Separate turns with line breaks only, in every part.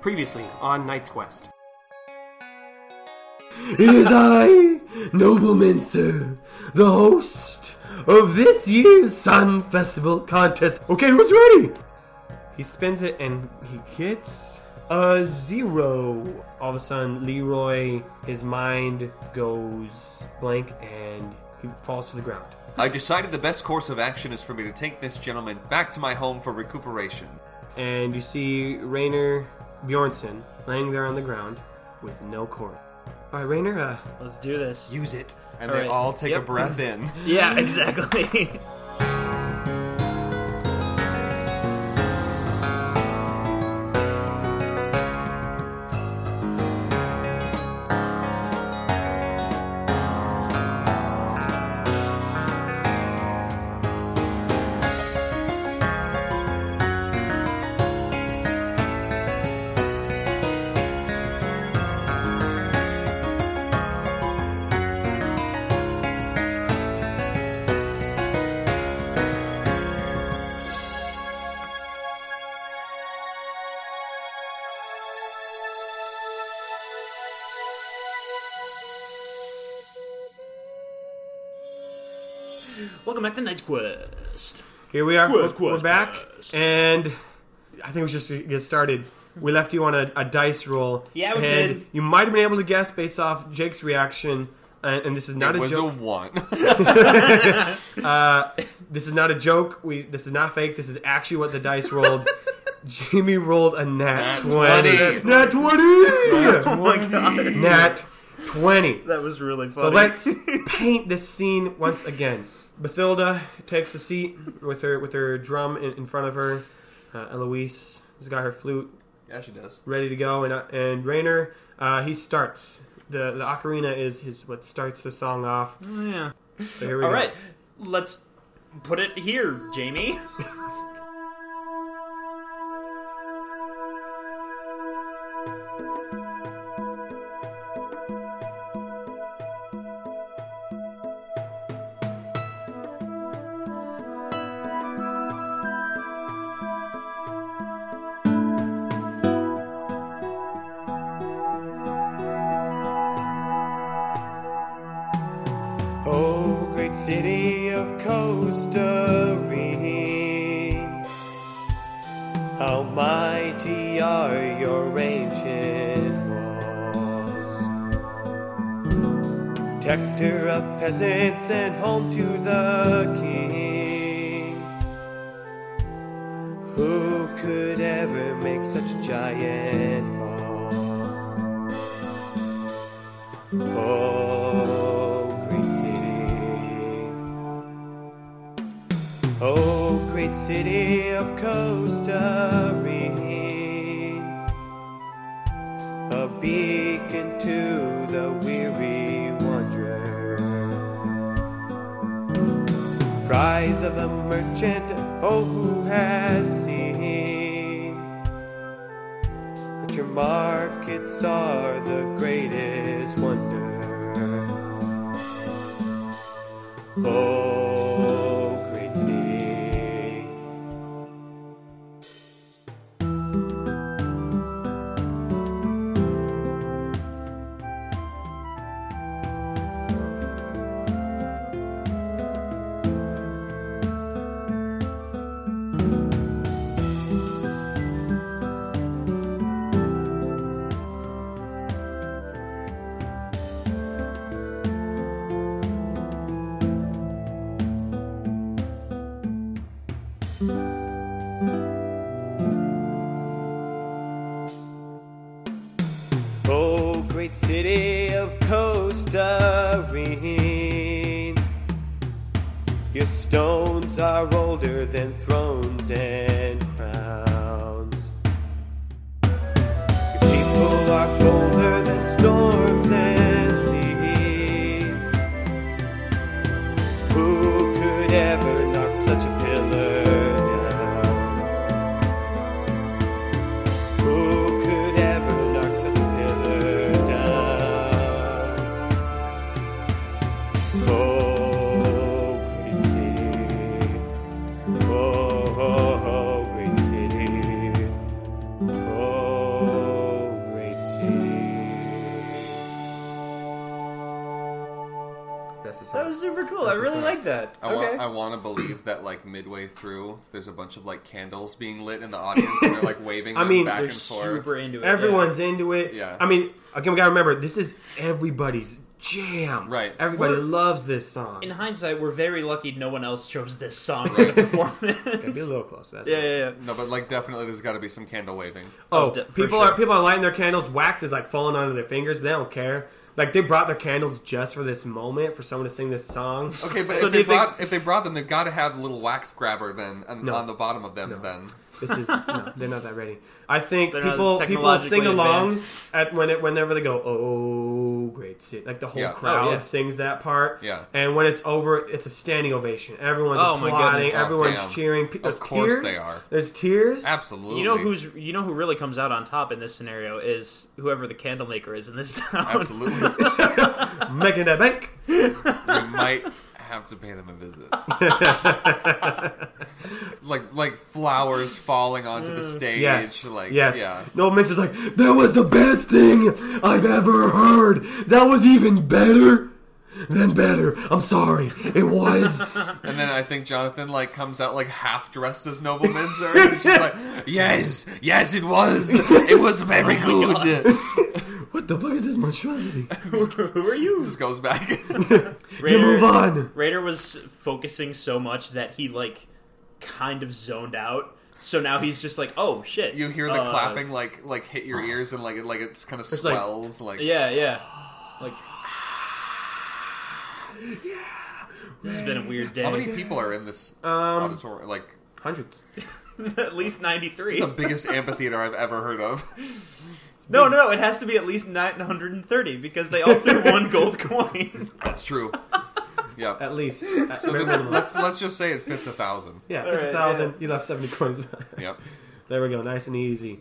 Previously on Knight's Quest.
It is I, Nobleman Sir, the host of this year's Sun Festival contest. Okay, who's ready?
He spins it and he gets a zero. All of a sudden, Leroy, his mind goes blank and he falls to the ground.
I decided the best course of action is for me to take this gentleman back to my home for recuperation.
And you see Rainer Bjornsson laying there on the ground with no cord. All right, Rainer, uh,
Let's do this.
Use it. And
All
they
right.
all take a
Yep.
breath in.
Yeah, exactly. Welcome back to Night's Quest.
here we are.
Quest,
We're, we're
quest,
back.
quest.
And I think we should just get started. We left you on a, a dice roll.
Yeah, we
and
did.
You might have been able to guess based off Jake's reaction. And, and this is not
it
a
was
joke.
a one.
This is not a joke. We this is not fake. This is actually what the dice rolled. Jamie rolled a nat, 20.
20.
Nat 20.
Oh my god.
nat 20.
That was really
So
funny.
let's paint this scene once again. Bathilda takes a seat with her with her drum in, in front of her. Uh, Eloise has got her flute
yeah, she does.
ready to go, and uh, and Rainer uh, he starts. The the ocarina is his what starts the song off.
yeah.
So here we
All
go.
right, let's put it here, Jamie.
Oh, great city of Costa Rica, how mighty are your ancient walls, protector of peasants and home to the king. Who could ever make such giant falls? Oh, great city. Oh, great city of Costa Rica. A beacon to the weary wanderer. Prize of the merchant, oh, who has seen but your markets are the greatest wonder. Oh, great city. Oh, great city of Costa Rica. Your stones are older than thrones and crowns. Your people are colder than storms and seas. Who could ever knock such a pillar down? Who could ever knock such a pillar down? Oh, great city. Oh, oh, oh, great so
That was super cool. I
That's
really
exciting.
like that.
I
okay.
want, I want to believe that like midway through, there's a bunch of like candles being lit in the audience, and they're like waving
I
them
mean,
back
they're
and forth.
super into it.
everyone's into it.
Yeah.
I mean, again, we gotta remember this is everybody's jam.
Right.
Everybody
We're-
loves this song.
In hindsight, we're very lucky no one else chose this song for the
Gotta be a
performance.
little close. That's
Yeah. yeah, yeah,
No, but like definitely, there's got to be some candle waving.
Oh,
Oh, de- for
people
sure.
are people are lighting their candles. Wax is like falling onto their fingers, but they don't care. Like they brought their candles just for this moment for someone to sing this song.
Okay, but
So
if
do
they
you think-
brought if they brought them, they've got to have a little wax grabber then and
No.
on the bottom of them.
No.
Then
This is no, they're not that ready. I think
They're not
people people sing
technologically
along
advanced.
at when it whenever they go oh great shit like the whole
Yeah. Oh,
crowd
yeah.
sings that part
Yeah.
and when it's over it's a standing ovation everyone's
Oh, my
applauding
goodness.
Oh,
everyone's
damn.
cheering Pe-
Of
there's
course
tears
they are.
there's tears
absolutely,
You know who's you know who really comes out on top in this scenario is whoever the candle maker is in this town.
absolutely.
making that bank
we might have to pay them a visit. like like flowers falling onto the stage.
Mm. yes
Like
yes
yeah.
Noel Minch is like that was the
Best thing I've ever heard. That was even better than better. I'm sorry. It was.
And then I think Jonathan like comes out like half dressed as Noble Minzer and she's like, Yes, yes it was. It was very
Oh
good.
what the fuck is this monstrosity?
Who are you?
Just goes back.
You
Raider,
move on.
Raider was focusing so much that he like kind of zoned out. So now he's just like, oh shit.
you hear the
Uh,
clapping like like hit your ears and like it like it's kinda
like-
swells like,
Yeah, yeah. Like. This has been a weird
how many
day.
people are in this
um
auditorium? Like
hundreds
at least
the
93.
biggest amphitheater I've ever heard of.
No, no, it has to be at least 930 because they all threw one gold coin.
That's true. Yeah.
at least At
So
bare
th-
minimum.
let's let's just say it fits a thousand.
yeah
All
it's a
right,
thousand you left seventy coins behind.
Yep.
There we go, nice and easy.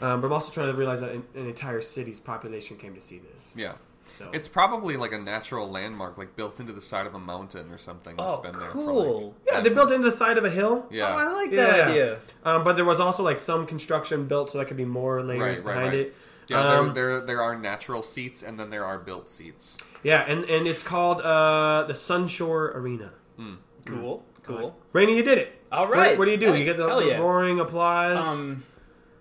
Um, but I'm also trying to realize that an, an entire city's population came to see this.
Yeah.
So
It's probably like a natural landmark, like built into the side of a mountain or something. that's been there For like,
yeah, they built it into the side of a hill.
Yeah.
Oh, I like
Yeah.
that idea.
Um, but there was also like some construction built so there could be more layers
Right, right,
behind
right.
it.
Yeah,
Um,
there, there there are natural seats and then there are built seats.
Yeah, and, and it's called uh, the Sunshore Arena.
Cool, cool.
Rainey, you did it.
All
What-
right.
What, do you do?
Hell-
you get the,
hell
the
yeah.
roaring applause.
Um,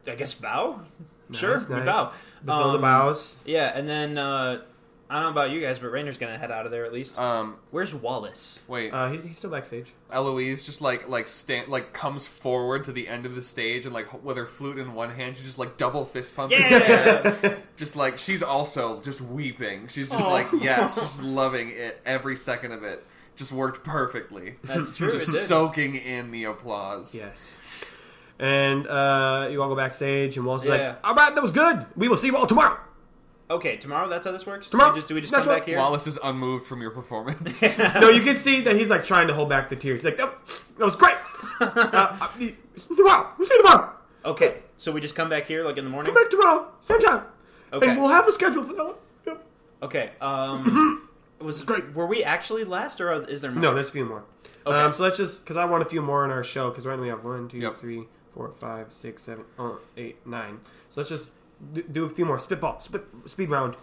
I guess bow.
Nice,
sure, we
nice.
bow.
The fill the
Um,
bows.
Yeah, and then uh, I don't know about you guys, but Rainer's gonna head out of there at least.
Um,
Where's Wallace?
wait,
Uh, he's, he's still backstage.
Eloise just like like stand like comes forward to the end of the stage and like h- with her flute in one hand, she just like double fist pumping.
Yeah.
just like she's also just weeping. She's just
Aw.
like yes, she's loving it every second of it. Just worked perfectly.
That's true.
Just
it did.
soaking in the applause.
Yes. And uh, you all go backstage, and Walt's
Yeah.
like, "All right, that was good. We will see you all tomorrow."
okay, tomorrow. That's how this works.
Tomorrow.
Do we just, do we just
That's
come
what-
back here?
Wallace is unmoved from your performance.
no, you can see that he's like trying to hold back the tears. He's like, nope, that was great. Uh, uh, tomorrow, we'll see you tomorrow.
Okay, so we just come back here like in the morning.
Come back tomorrow, same time,
Okay.
and we'll have a schedule for that. One. Yep.
Okay. Um, was were we actually last or is there more?
No, there's a few more.
Okay.
Um, so let's just because I want a few more in our show because right now we have one, two,
Yep.
three, four, five, six, seven, oh, eight, nine. So let's just do, do a few more spitball, spit, speed round.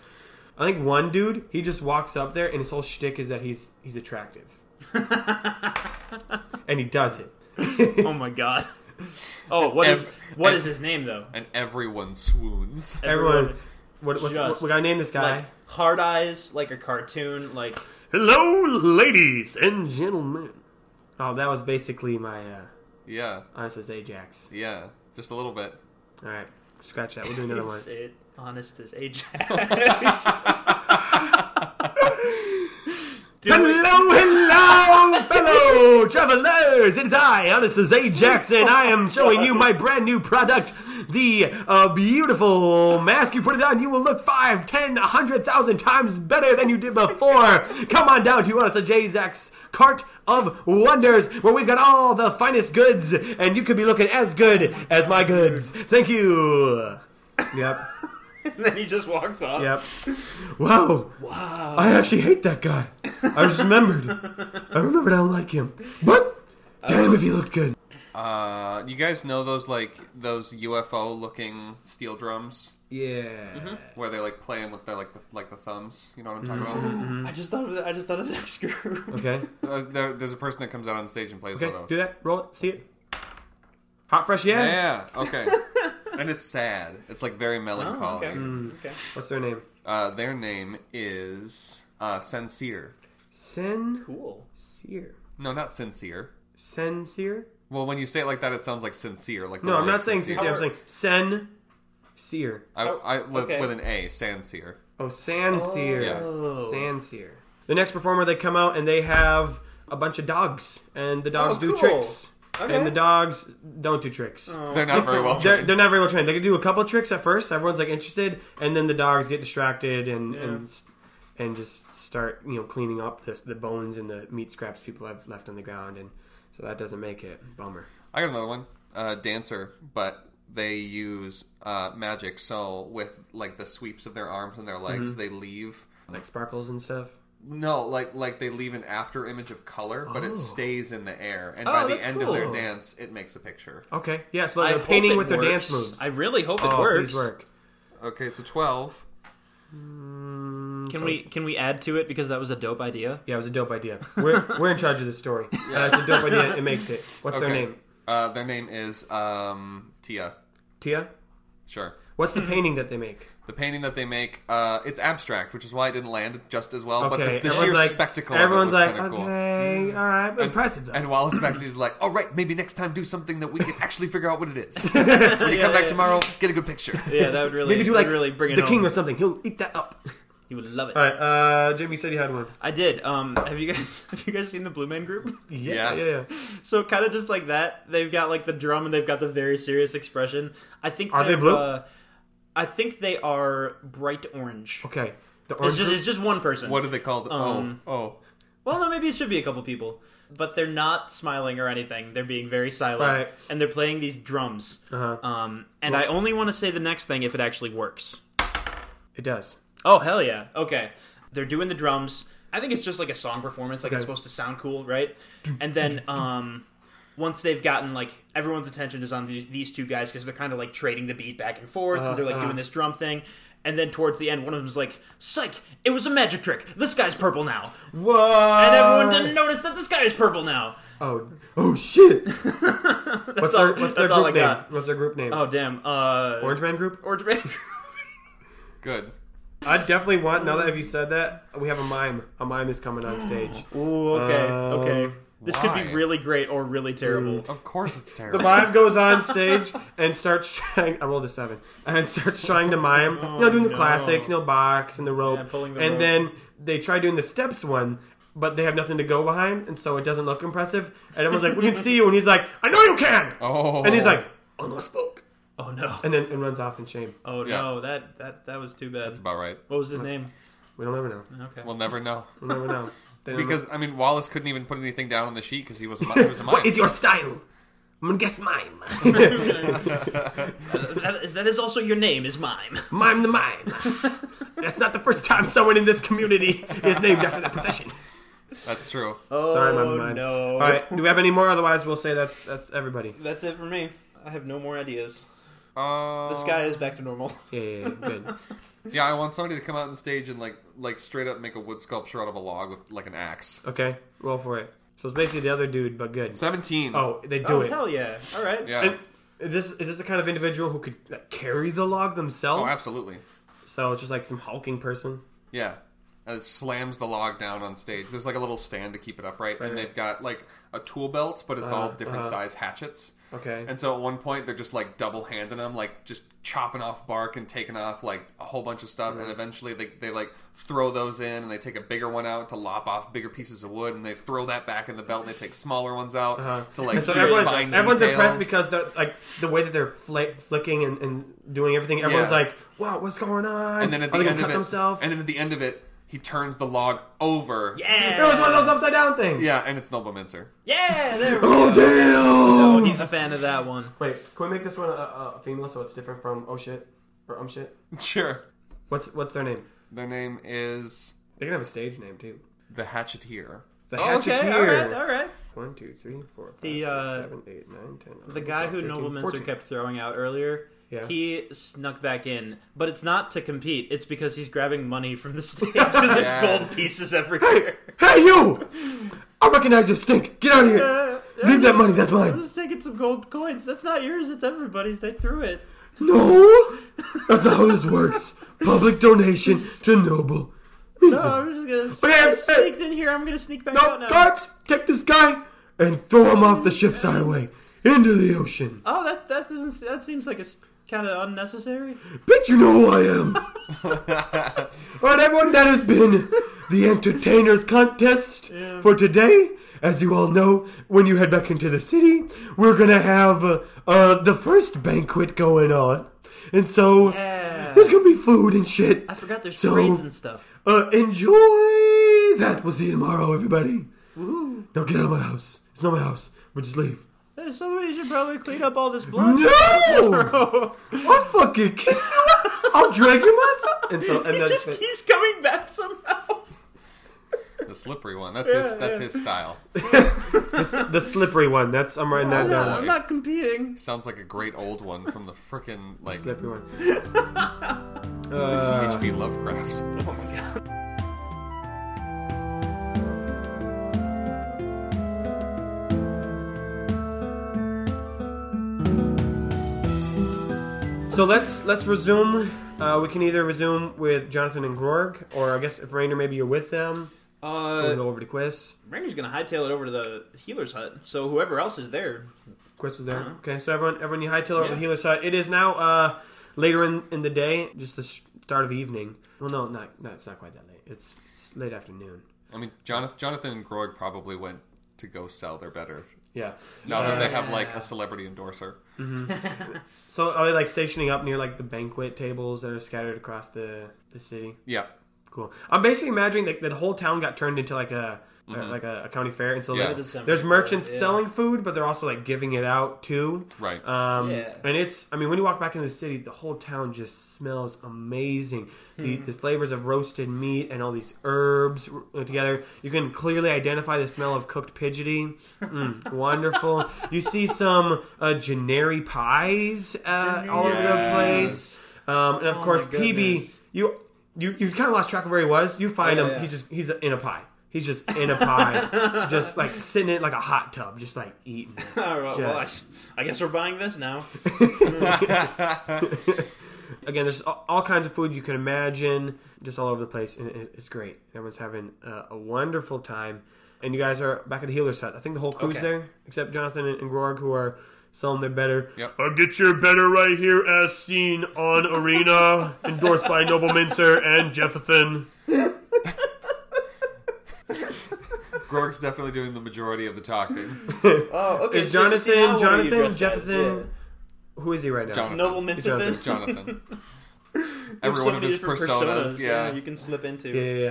I think one dude he just walks up there and his whole shtick is that he's he's attractive, and he does it.
oh my god. Oh, what is
Ev-
what
ev-
is his name though?
and everyone swoons.
Everyone, what, what's,
just
we gotta name this guy?
like hard eyes, like a cartoon, like
Hello, ladies and gentlemen. Oh, that was basically my uh,
Yeah,
honest as Ajax.
yeah, just a little bit.
All right, scratch that. We'll do another one.
Is it honest as Ajax. Do we-
hello, fellow travelers! It's I, honest as Ajax, and I am showing you my brand new product, the uh, beautiful mask. You put it on, you will look five, ten, a hundred thousand times better than you did before. Come on down to honest as Ajax cart of wonders, where we've got all the finest goods, and you could be looking as good as my goods. Thank you. Yep.
and then he just walks off.
Yep.
Wow. Wow. I actually hate that guy. I just remembered. I remembered I don't like him. But damn if he looked good.
Uh, you guys know those like those UFO looking steel drums
Yeah.
where they're like playing with their like the like the thumbs. You know what I'm talking about?
I just thought of the, I just thought of the next group.
Okay.
Uh, there, there's a person that comes out on stage and plays
Okay.
one of
Do
those.
that. Roll it. See it. Hot fresh yeah.
Yeah. Okay. and it's sad. It's like very melancholy.
okay. okay.
What's their name?
Uh, their name is uh, Sincere.
Sincere.
Cool.
No, not sincere.
Sincere.
Well, when you say it like that, it sounds like sincere. Like the
No, I'm
word
not saying sincere. I'm saying sen. Seer.
I, I live
okay.
with an A, sincere.
Oh, Sanseer.
Oh.
Sanseer. The next performer, they come out and they have a bunch of dogs, and the dogs
Oh,
do
cool.
tricks.
Okay.
And the dogs don't do tricks.
They're not very well
They're,
trained.
they're not very well trained. They can do a couple tricks at first. Everyone's like interested, and then the dogs get distracted and and s- and just start you know cleaning up the, the bones and the meat scraps people have left on the ground, and so that doesn't make it. Bummer.
I got another one. Uh, dancer, but they use uh, magic. So with like the sweeps of their arms and their legs,
Mm-hmm.
they leave.
Like sparkles and stuff.
No, like like they leave an after image of color, but it stays in the air. And
Oh,
by the
that's
end of their
cool.
dance, it makes a picture.
Okay. Yeah. So
I
they're
hope
painting
it
with their
works.
dance moves.
I really hope it
oh,
works.
Please work.
Okay, so twelve.
Can we can we add to it because that was a dope idea?
Yeah, it was a dope idea. We're, we're in charge of the story. Uh, it's a dope idea. It makes it. What's
Okay.
their name?
Uh, their name is um, Tia.
Tia.
Sure.
What's the painting that they make?
The painting that they make, uh, it's abstract, which is why it didn't land just as well.
Okay.
But the, the sheer
everyone's like,
spectacle
Everyone's
of it
like,
was kind of cool. Hmm.
okay, all right, impressive though.
And Wallace Baxter's like, all right, maybe next time do something that we can actually figure out what it is. when you come back tomorrow, get a good picture.
Yeah, that would really
Maybe do
would
like
really bring it
the
home.
king or something. He'll eat that up.
He would love it.
All right, uh, Jim, you said you had one.
I did. Um, have you guys have you guys seen the Blue Man Group?
Yeah.
yeah, yeah.
So kind of just like that, they've got like the drum and they've got the very serious expression. I think
Are they
they're,
blue?
Uh, I think they are bright orange.
Okay, the orange.
It's just,
group-
it's just one person.
What are they called?
Um,
oh, oh.
Well, no, maybe it should be a couple people, but they're not smiling or anything. They're being very silent,
Right.
and they're playing these drums.
Uh-huh.
Um, and I only want to say the next thing if it actually works.
it does.
Oh hell yeah! Okay, they're doing the drums. I think it's just like a song performance. Like
Okay.
it's supposed to sound cool, right? And then um, once they've gotten like everyone's attention is on these, these two guys because they're kind of like trading the beat back and forth, and they're like doing this drum thing. And then towards the end, one of them's like, "Psych! It was a magic trick. This guy's purple now."
Whoa!
And everyone didn't notice that this guy is purple now.
Oh, oh shit! what's
all-
their what's their
that's all
group
I
name?
got.
What's their group name?
Oh damn. Uh,
Orange Man Group.
Orange Man.
Good.
I definitely want. Now that if you said that, we have a mime. A mime is coming on stage.
Ooh, okay,
Um,
okay. This could
why?
be really great or really terrible.
Mm.
Of course it's
The
terrible.
mime goes on stage and starts trying. I rolled a seven and starts trying to mime. you know, doing the
Oh, no.
classics, you know, box and the rope,
Yeah, pulling the
and
rope.
then they try doing the steps one, but they have nothing to go behind, and so it doesn't look impressive. And everyone's like, "We can see you," and he's like, "I know you can,"
Oh.
and he's like, "Oh no, I spoke,"
Oh no.
and then and runs off in shame.
Oh
Yeah.
no, that that that was too bad.
That's about right.
What was his name?
We don't ever know.
Okay.
We'll never know.
We'll never know. They don't
Because, I mean, Wallace couldn't even put anything down on the sheet because he was a, mi- he was a
know.
mime.
what is your style? I'm gonna guess mime.
that, is, that is also your name is mime.
mime the mime. That's not the first time someone in this community is named after that profession.
That's true.
Oh
Sorry, my mind.
no.
All right, do we have any more? Otherwise, we'll say that's that's everybody.
That's it for me. I have no more ideas.
Uh,
This guy is back to normal.
Yeah, yeah, yeah, good.
Yeah, I want somebody to come out on stage and, like, like straight up make a wood sculpture out of a log with, like, an axe.
Okay, roll for it. So it's basically the other dude, but good.
17.
Oh, they do
oh
it.
hell yeah! All right.
Yeah.
And this is this the kind of individual who could like, carry the log themselves?
Oh, absolutely.
So it's just like some hulking person.
Yeah. Uh, slams the log down on stage. There's like a little stand to keep it upright, and
right.
they've got like a tool belt, but it's all
Uh,
different
uh-huh.
size hatchets.
Okay.
And so at one point, they're just like double handing them, like just chopping off bark and taking off like a whole bunch of stuff. And eventually, they, they like throw those in and they take a bigger one out to lop off bigger pieces of wood, and they throw that back in the belt and they take smaller ones out to
Uh-huh.
like
And so
do
everyone,
fine
everyone's impressed
details.
because they're, like the way that they're fl- flicking and, and doing everything. Everyone's
Yeah.
like, "Wow, what's going on?"
And then at
Are
the
they
end
gonna
of
cut
it,
themselves?
and then at the end of it, he turns the log over.
Yeah.
it was one of those upside down things.
Yeah, and it's Noble Mincer.
Yeah. There we
Oh
go.
damn!
Oh, he's a fan of that one.
Wait, can we make this one a, a a female so it's different from oh shit or um shit?
Sure.
What's what's their name?
Their name is
They can have a stage name too.
the Hatcheteer.
The
Okay. Oh, All right. All right.
One, two, three, four, five,
The,
six,
uh,
seven, eight, nine, 10,
The
11,
guy
12,
who
13,
Noble Mincer
14.
kept throwing out earlier,
Yeah.
he snuck back in, but it's not to compete. It's because he's grabbing money from the stage because there's gold pieces everywhere.
Hey, you! I recognize your stink. Get out of here. Leave that money. That's
I'm
mine.
just taking some gold coins. That's not yours. It's everybody's. They threw it.
No, that's not how this works. Public donation to Noble. Means
No, I'm just gonna
Wait,
I
hey.
sneaked in here. I'm gonna sneak back
No,
out now.
guards, take this guy and throw him off the ship's highway into the ocean.
Oh, that that doesn't. That seems like it's kind of unnecessary.
Bet you know who I am. All right, everyone, that has been the Entertainers Contest for today. As you all know, when you head back into the city, we're going to have uh, uh, the first banquet going on. And so
Yeah.
there's going to be food and shit.
I forgot there's
So-
parades and stuff.
Uh, enjoy that. We'll see you tomorrow, everybody. Now get out of my house. It's not my house, but just leave.
Hey, Uh, Somebody should probably clean up all this blood.
No! I'll fucking kick you. I'll drag you myself. And so, and
He
that's
just
it.
keeps coming back somehow.
The slippery one. That's his. That's his style.
the slippery one. That's I'm writing that
I'm not,
down.
I'm not competing.
Sounds like a great old one from the frickin' like
slippery one.
Uh,
H.P. Lovecraft.
So let's let's resume. Uh, we can either resume with Jonathan and Gorg, or I guess if Rainer, maybe you're with them. We'll
Uh,
go over to Quiz.
Ranger's gonna hightail it over to the healer's hut. So whoever else is there,
Quiz was there. Okay, so everyone, everyone, you hightail over
Yeah.
the healer's hut. It is now uh, later in, in the day, just the start of evening. Well, no, not, no, it's not quite that late. It's, it's late afternoon.
I mean, Jonathan, Jonathan and Grog probably went to go sell their better
Yeah.
now that they have like a celebrity endorser.
So are they like stationing up near like the banquet tables that are scattered across the the city?
Yeah,
Cool. I'm basically imagining that, that the whole town got turned into like a uh, like a, a county fair, and so
Yeah.
like,
That sounds
there's
cool,
merchants
yeah.
selling food, but they're also like giving it out too.
right.
Um,
Yeah.
And it's, I mean, when you walk back into the city, the whole town just smells amazing. The,
Hmm.
the flavors of roasted meat and all these herbs r- uh, together. You can clearly identify the smell of cooked pidgety. Mm, wonderful. You see some uh, generi pies uh, all over the place. Um, and of
Oh my
course, PB,
goodness.
you, you, you've kind of lost track of where he was. You find
Yeah,
him,
yeah.
he's just, he's in a pie. He's just in a pie, just like sitting in like a hot tub, just like eating.
all right, well, I,
Just-
I guess we're buying this now.
again, there's all all kinds of food you can imagine, just all over the place, and it- it's great. Everyone's having a, a wonderful time, and you guys are back at the healer's hut. I think the whole crew's
Okay.
there, except Jonathan and, and Gorg, who are selling their better.
Yep.
Uh, get your better right here, as seen on Arena, endorsed by Noble Mincer and Jeffathan.
Grog's definitely doing the majority of the talking.
Oh, okay.
Is
so-
Jonathan-
see, now what are you
Jonathan-
dressed as?
Jefferson- Who is he right now?
Yeah.
Jonathan.
Noble
Jonathan.
Mintzathan.
Jonathan. Every one of his personas. yeah.
you can slip into.
Yeah, yeah,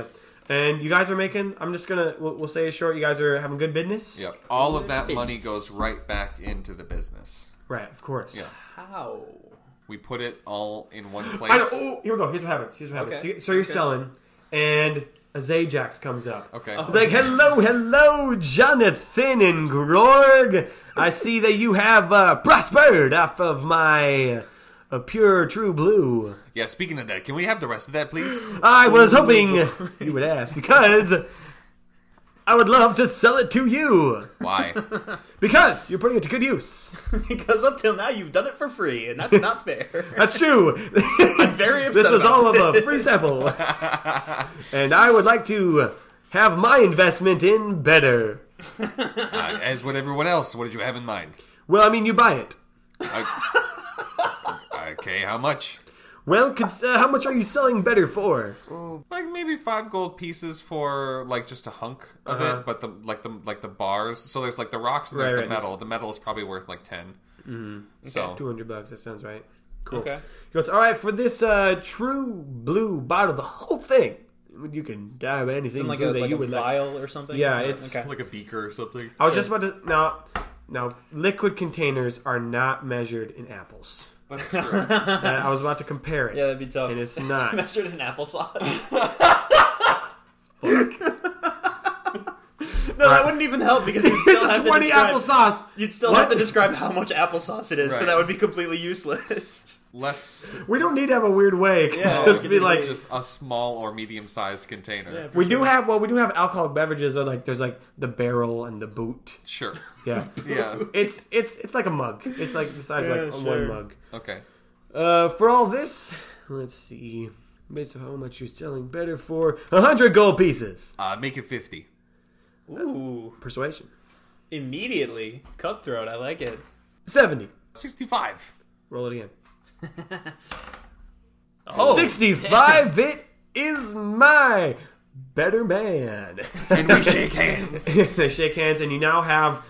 yeah. And you guys are making. I'm just gonna. We'll, we'll say it short. You guys are having good business.
Yep. All of that money
Business.
goes right back into the business.
Right. Of course.
Yeah.
How?
We put it all in one place.
I know. Oh, here we go. Here's what happens. Here's what happens.
Okay.
So, you, so you're
Okay.
selling, and a Zajax comes up.
Okay.
He's like, hello, hello, Jonathan and Grog. I see that you have uh, prospered off of my uh, pure true blue.
Yeah, speaking of that, can we have the rest of that, please?
I was hoping you would ask because I would love to sell it to you
Why?
because you're putting it to good use.
because up till now you've done it for free, and that's not fair.
That's true.
I'm very upset.
This was
about
all
this.
of a free sample. and I would like to have my investment in better.
Uh, as would everyone else, what did you have in mind?
Well, I mean, you buy it.
Uh, okay, how much?
Well, cons- uh, how much are you selling better for?
Like maybe five gold pieces for like just a hunk of
Uh-huh.
it, but the like the like the bars. So there's like the rocks and there's
Right,
the
right, Mm-hmm. there's-
metal. The metal is probably worth like 10 So
200 bucks, that sounds right. Cool.
Okay.
He goes, all right, for this uh, true blue bottle, the whole thing, you can dab anything
like
blue
a,
that
like
you
a
would like.
vial or something.
Yeah, it's-
okay.
like a beaker or something.
I was just about to. Now, now, liquid containers are not measured in apples.
That's true.
And I was about to compare it.
Yeah, that'd be tough.
And it's not.
measured in applesauce. No, that wouldn't even help because you'd
It's
still
a
have to
20
describe,
applesauce.
You'd still have to describe how much applesauce it is, so
Right.
that would be completely useless.
Less
We don't need to have a weird way. It can
Yeah,
just
we
be
can
like
just a small or medium sized container.
Yeah.
we do have. Well, we do have alcoholic beverages. Or like there's like the barrel and the boot.
Sure.
Yeah,
Yeah.
it's it's it's like a mug. It's like the size of like
Yeah,
one
sure.
mug.
Okay.
Uh, for all this, let's see. Based on how much you're selling, better for a hundred gold pieces.
Uh, make it fifty.
Ooh,
Persuasion.
immediately cutthroat. I like it.
Seventy.
Sixty five.
Roll it again.
Oh,
Sixty-five. It is my better man.
And we shake hands.
they shake hands, and you now have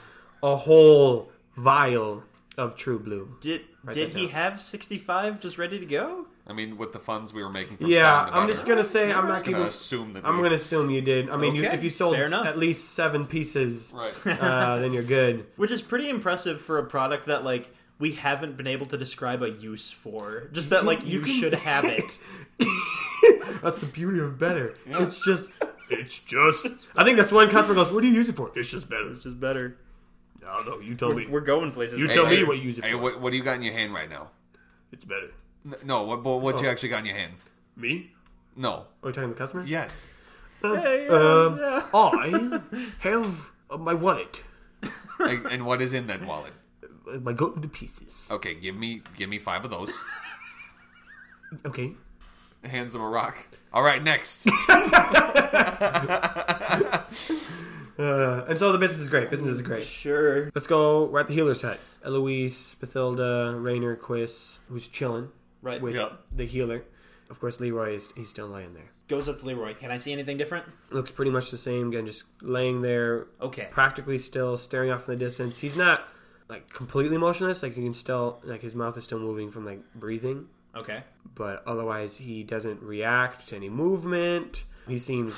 a whole vial of True Blue.
Did did he have sixty five just ready to go?
I mean, with the funds we were making from
Yeah,
selling the
I'm just
butter,
gonna say I'm
I'm
not
just gonna
keeping.
assume that
I'm
we-
gonna assume you did. I mean, you,
Okay,
if you sold
fair
s-
enough.
at least seven pieces,
right.
uh, then you're good.
Which is pretty impressive for a product that like we haven't been able to describe a use for. Just that like you,
you can-
should have it.
That's the beauty of better. It's just, it's just. I think that's one customer goes, "What do you use it for?" It's just better.
Which is better.
No, no, you tell me.
We're going places.
You
right
tell
now.
me what you use it
hey,
for.
What, what do you got in your hand right now?
It's better.
N- No, what what, what you
Oh.
actually got in your hand?
Me?
No.
Are we talking to the customer?
Yes.
Hey, yeah,
Um,
yeah.
I have uh, my wallet,
and, and what is in that wallet?
uh, my gold pieces.
Okay, give me give me five of those.
Okay.
Hands of a rock. All right, next.
Uh, and so the business is great. Business is great.
Sure.
Let's go. We're at the healer's hut. Eloise, Bathilda, Rainer, Quiz, who's chilling
Right.
with
Yeah.
the healer. Of course, Leroy is he's still laying there.
Goes up to Leroy. Can I see anything different?
Looks pretty much the same again, just laying there,
Okay.
practically still staring off in the distance. He's not like completely motionless. Like you can still like his mouth is still moving from like breathing,
Okay.
but otherwise he doesn't react to any movement. He seems,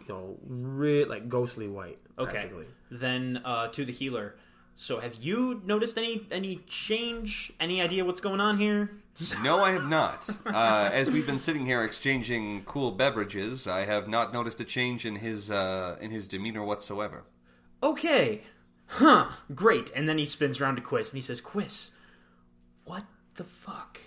you know, re- like ghostly white.
Okay.
practically.
Then uh, to the healer. So have you noticed any any change? Any idea what's going on here?
No, I have not. Uh, as we've been sitting here exchanging cool beverages, I have not noticed a change in his uh, in his demeanor whatsoever.
Okay. Huh. Great. And then he spins around to Quiz and he says, Quiz, what the fuck?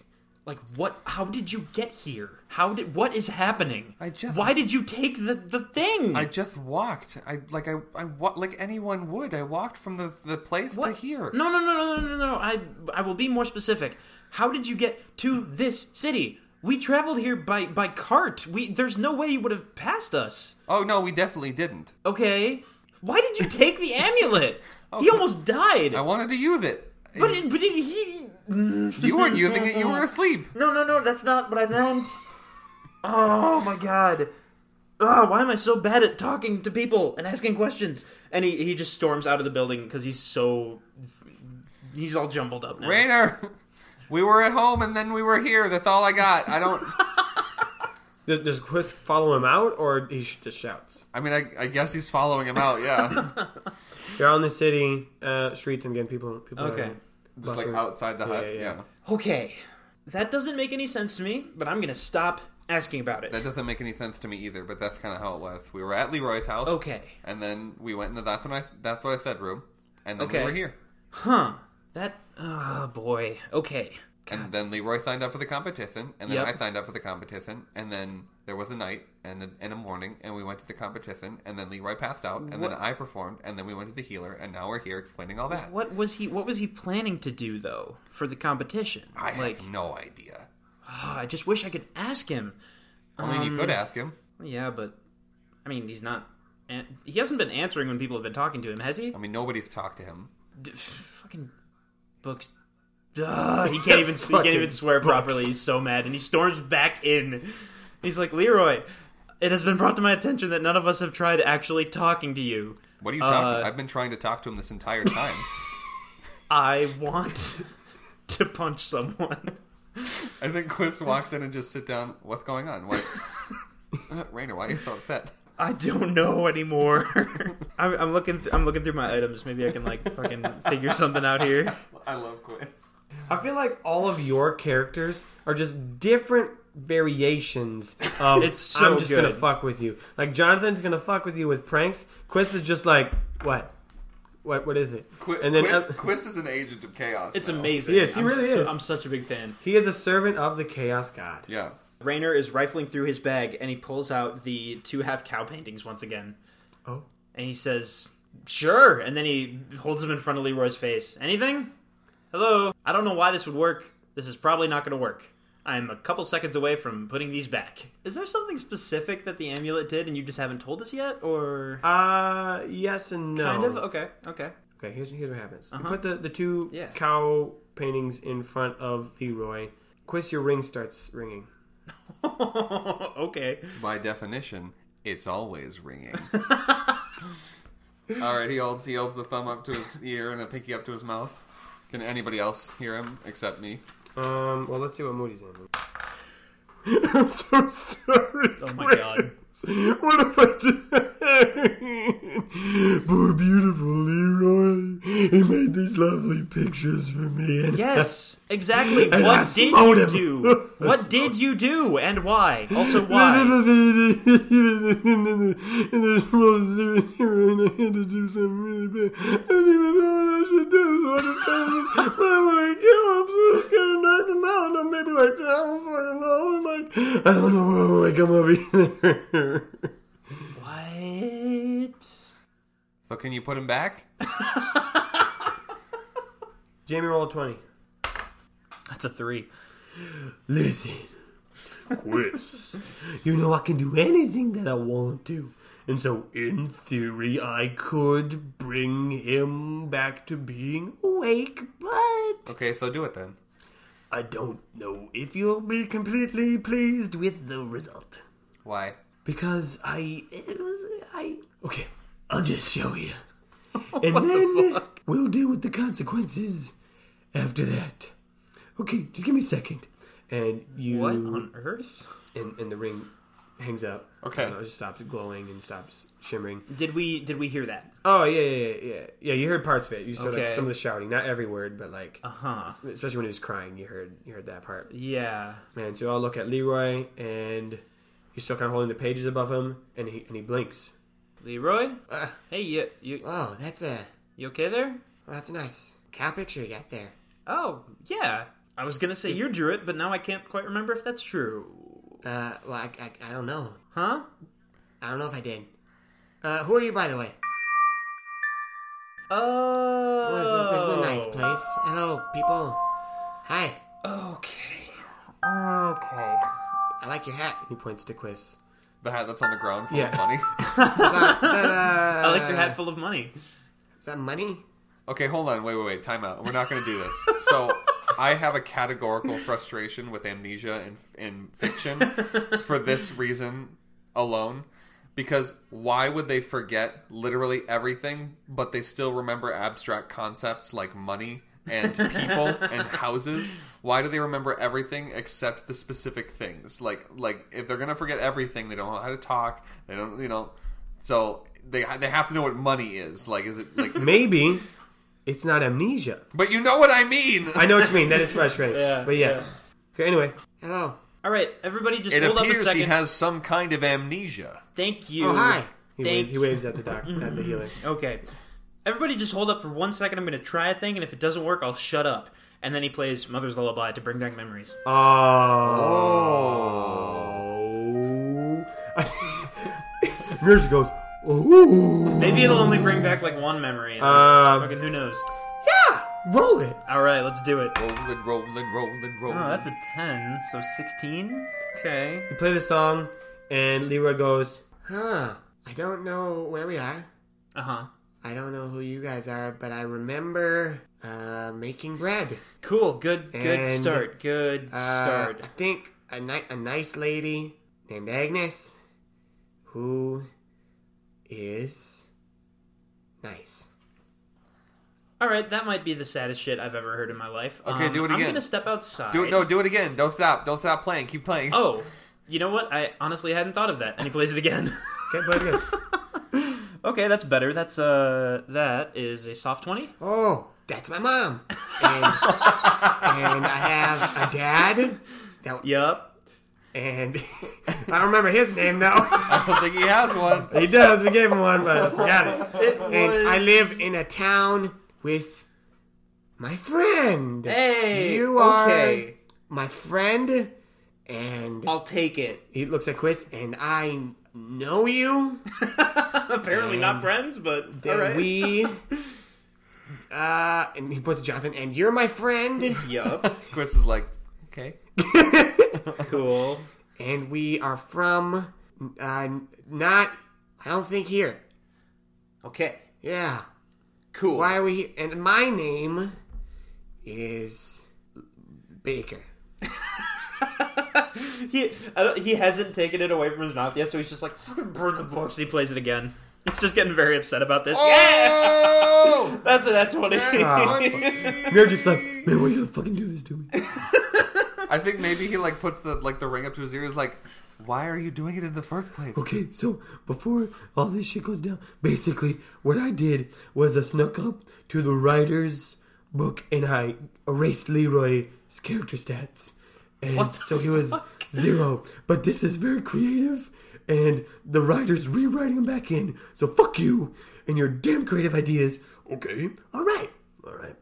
Like what how did you get here? How did what is happening?
I just-
Why did you take the the thing?
I just walked. I like I I wa- like anyone would. I walked from the the place
What?
to here.
No, no, no, no, no, no, no. I I will be more specific. How did you get to this city? We traveled here by by cart. We there's no way you would have passed us.
Oh no, we definitely didn't.
Okay. Why did you take the amulet? He almost died.
I wanted to use it.
But it, but it, he
You weren't using it. You were asleep.
No, no, no, that's not what I meant. Oh my god. Oh, why am I so bad at talking to people and asking questions? And he, he just storms out of the building because he's so. He's all jumbled up now.
Rainer, we were at home and then we were here. That's all I got. I don't.
Does, does Quiz follow him out, or he sh- just shouts?
I mean, I, I guess he's following him out. Yeah,
They're on the city uh, streets, and again, people. people are-
Okay.
just like
Busting.
outside the hut.
Yeah,
Yeah,
yeah.
Okay. That doesn't make any sense to me, but I'm gonna stop asking about it.
that doesn't make any sense to me either. But that's kind of how it was. We were at Leroy's house.
Okay.
and then we went in the that's what I that's what I said room, and then
Okay.
we were here.
Huh. That. Oh boy. Okay.
And then Leroy signed up for the competition, and then
Yep.
I signed up for the competition, and then there was a night and a, and a morning, and we went to the competition, and then Leroy passed out, and then I performed, and then we went to the healer, and now we're here explaining all that.
What was he? What was he planning to do though for the competition?
I
like,
have no idea.
ah, I just wish I could ask him.
I mean,
um,
you could ask him.
Yeah, but I mean, he's not. an- He hasn't been answering when people have been talking to him, has he?
I mean, nobody's talked to him.
D- fucking books. Ugh, he can't even. he can't even
Fucking
swear
books.
properly. He's so mad, and he storms back in. He's like, Leroy, it has been brought to my attention that none of us have tried actually talking to you.
What are you talking?
Uh,
I've been trying to talk to him this entire time.
I want to punch someone.
and then Chris walks in and just sit down. What's going on? Why, uh, Rainer? Why are you so upset?
I don't know anymore. I'm, I'm looking. Th- I'm looking through my items. Maybe I can like fucking figure something out here.
I love Chris.
I feel like all of your characters are just different variations of
It's so
I'm just gonna
good.
fuck with you. Like Jonathan's gonna fuck with you with pranks. Quiz is just like What? What? What is it?
Qu-
and then
Quist,
uh,
Quist is an agent of chaos.
It's
now.
amazing.
Yes, he
I'm
really
so-
is.
I'm such a big fan.
he is a servant of the chaos god.
Yeah.
Rayner is rifling through his bag and he pulls out the two half cow paintings once again.
Oh.
And he says, Sure. And then he holds them in front of Leroy's face. Anything? Hello? I don't know why this would work. This is probably not going to work. I'm a couple seconds away from putting these back. Is there something specific that the amulet did and you just haven't told us yet? Or.
Uh, yes and no.
Kind of? Okay, okay.
Okay, here's here's what happens. You put the the two
Uh-huh. Yeah.
cow paintings in front of Leroy. Quiz your ring starts ringing.
okay.
By definition, it's always ringing. All right, he holds he holds the thumb up to his ear and a pinky up to his mouth. Can anybody else hear him except me?
Um, well, let's see what mood he's in. I'm so sorry.
Oh my god.
Chris. What have I done? Poor beautiful Leroy. He made these lovely pictures for me. And
Yes, exactly.
And I
what did
smote
you
him.
do?
I
What did you do and why? Also,
I
why?
had to do something really bad. I don't even know what I should do. So I just kind of, but I'm like, yeah, I'm so scared to knock them out. And I'm maybe like, I don't fucking know. And like, I don't know when I come over here.
What?
So can you put him back?
Jamie, roll a 20.
That's a three.
Listen, Chris, you know I can do anything that I want to. And so, in theory, I could bring him back to being awake, but
Okay, so do it then.
I don't know if you'll be completely pleased with the result.
Why?
Because I. It was. I. Okay, I'll just show you. And then we'll deal with the consequences after that. Okay, just give me a second. And you.
What on earth?
and, and the ring hangs up.
Okay.
And it just stops glowing and stops shimmering.
Did we did we hear that?
Oh yeah, yeah, yeah, yeah. Yeah, you heard parts of it. You saw like
Okay. Uh-huh.
some of the shouting, not every word, but like
Huh.
Uh-huh.
especially when he was crying, you heard you heard that part.
Yeah.
And so I'll look at Leroy, and he's still kind of holding the pages above him, and he and he blinks.
Leroy? hey, you you
Uh, Whoa, that's a
you okay there?
that's a nice cow picture you got there.
Oh, yeah. I was gonna say you drew it, but now I can't quite remember if that's true.
Uh, well, I, I, I don't know.
Huh?
I don't know if I did. Uh, who are you, by the way?
Oh.
Well, this, is- this is a nice place. Hello, people. Hi.
Oh. Okay.
Okay.
I like your hat.
He points to Quiz.
The hat that's on the ground full
Yeah.
of money.
Is that, is that, uh,
I like your hat full of money.
Is that money?
Okay, hold on. Wait, wait, wait. Time out. We're not going to do this. So, I have a categorical frustration with amnesia and and fiction for this reason alone. Because why would they forget literally everything, but they still remember abstract concepts like money and people and houses? Why do they remember everything except the specific things? Like, like if they're gonna forget everything, they don't know how to talk. They don't, you know. So they they have to know what money is. Like, is it like
Maybe it's not amnesia.
but you know what I mean.
I know what you mean. That is frustrating.
Yeah,
but yes. Okay. Anyway,
Hello.
All right, everybody, just
it
hold up a
appears he
second.
has some kind of amnesia.
Thank you.
Oh, hi.
he,
Thank
waves, he waves at the doc at the healer.
Okay. Everybody just hold up for one second. I'm going to try a thing, and if it doesn't work, I'll shut up. And then he plays Mother's Lullaby to bring back memories.
Oh.
Oh. Mirza goes, ooh.
Maybe it'll only bring back like one memory.
Uh,
Um,
Fucking who knows?
yeah, roll it.
All right, let's do
oh,
it.
Rolling, rolling, rolling, rolling.
Oh, that's a 10, so 16? Okay.
You play the song, and Leroy goes,
Huh. I don't know where we are.
Uh huh.
I don't know who you guys are, but I remember uh, making bread.
Cool. Good good
And,
start. Good
Uh,
start.
I think a, ni- a nice lady named Agnes, who is nice.
All right, that might be the saddest shit I've ever heard in my life. Um,
Okay, do it
I'm
again.
going to step outside.
do it, no, do it again. Don't stop. Don't stop playing. Keep playing.
Oh, you know what? I honestly hadn't thought of that. And he plays it again.
okay, play it again.
okay, that's better. That's, uh, that is a soft 20.
Oh, that's my mom. And, and I have a dad. That,
Yup.
and I don't remember his name now.
I don't think he has one.
he does. We gave him one, but I forgot it.
It was-
And I live in a town with my friend.
Hey,
you are
okay.
my friend, and
I'll take it.
he looks at Quiz, and I know you,
Apparently not friends, but all
and
right.
we. Uh, and he puts Jonathan, and you're my friend,
Yup.
Chris is like, okay.
cool.
and we are from, uh, not, I don't think here.
Okay.
Yeah.
Cool.
Why are we here? And my name is Baker.
He I don't, he hasn't taken it away from his mouth yet, so he's just like fucking burn the books. And he plays it again. He's just getting very upset about this.
Oh!
That's it. That's twenty.
Nerdjik's like, man, why you gonna fucking do this to me?
I think maybe he like puts the like the ring up to his ear. Is like, why are you doing it in the first place?
Okay, so before all this shit goes down, basically what I did was I snuck up to the writer's book and I erased Leroy's character stats. And so he was zero. But this is very creative and the writer's rewriting them back in. So fuck you and your damn creative ideas. Okay, alright, alright.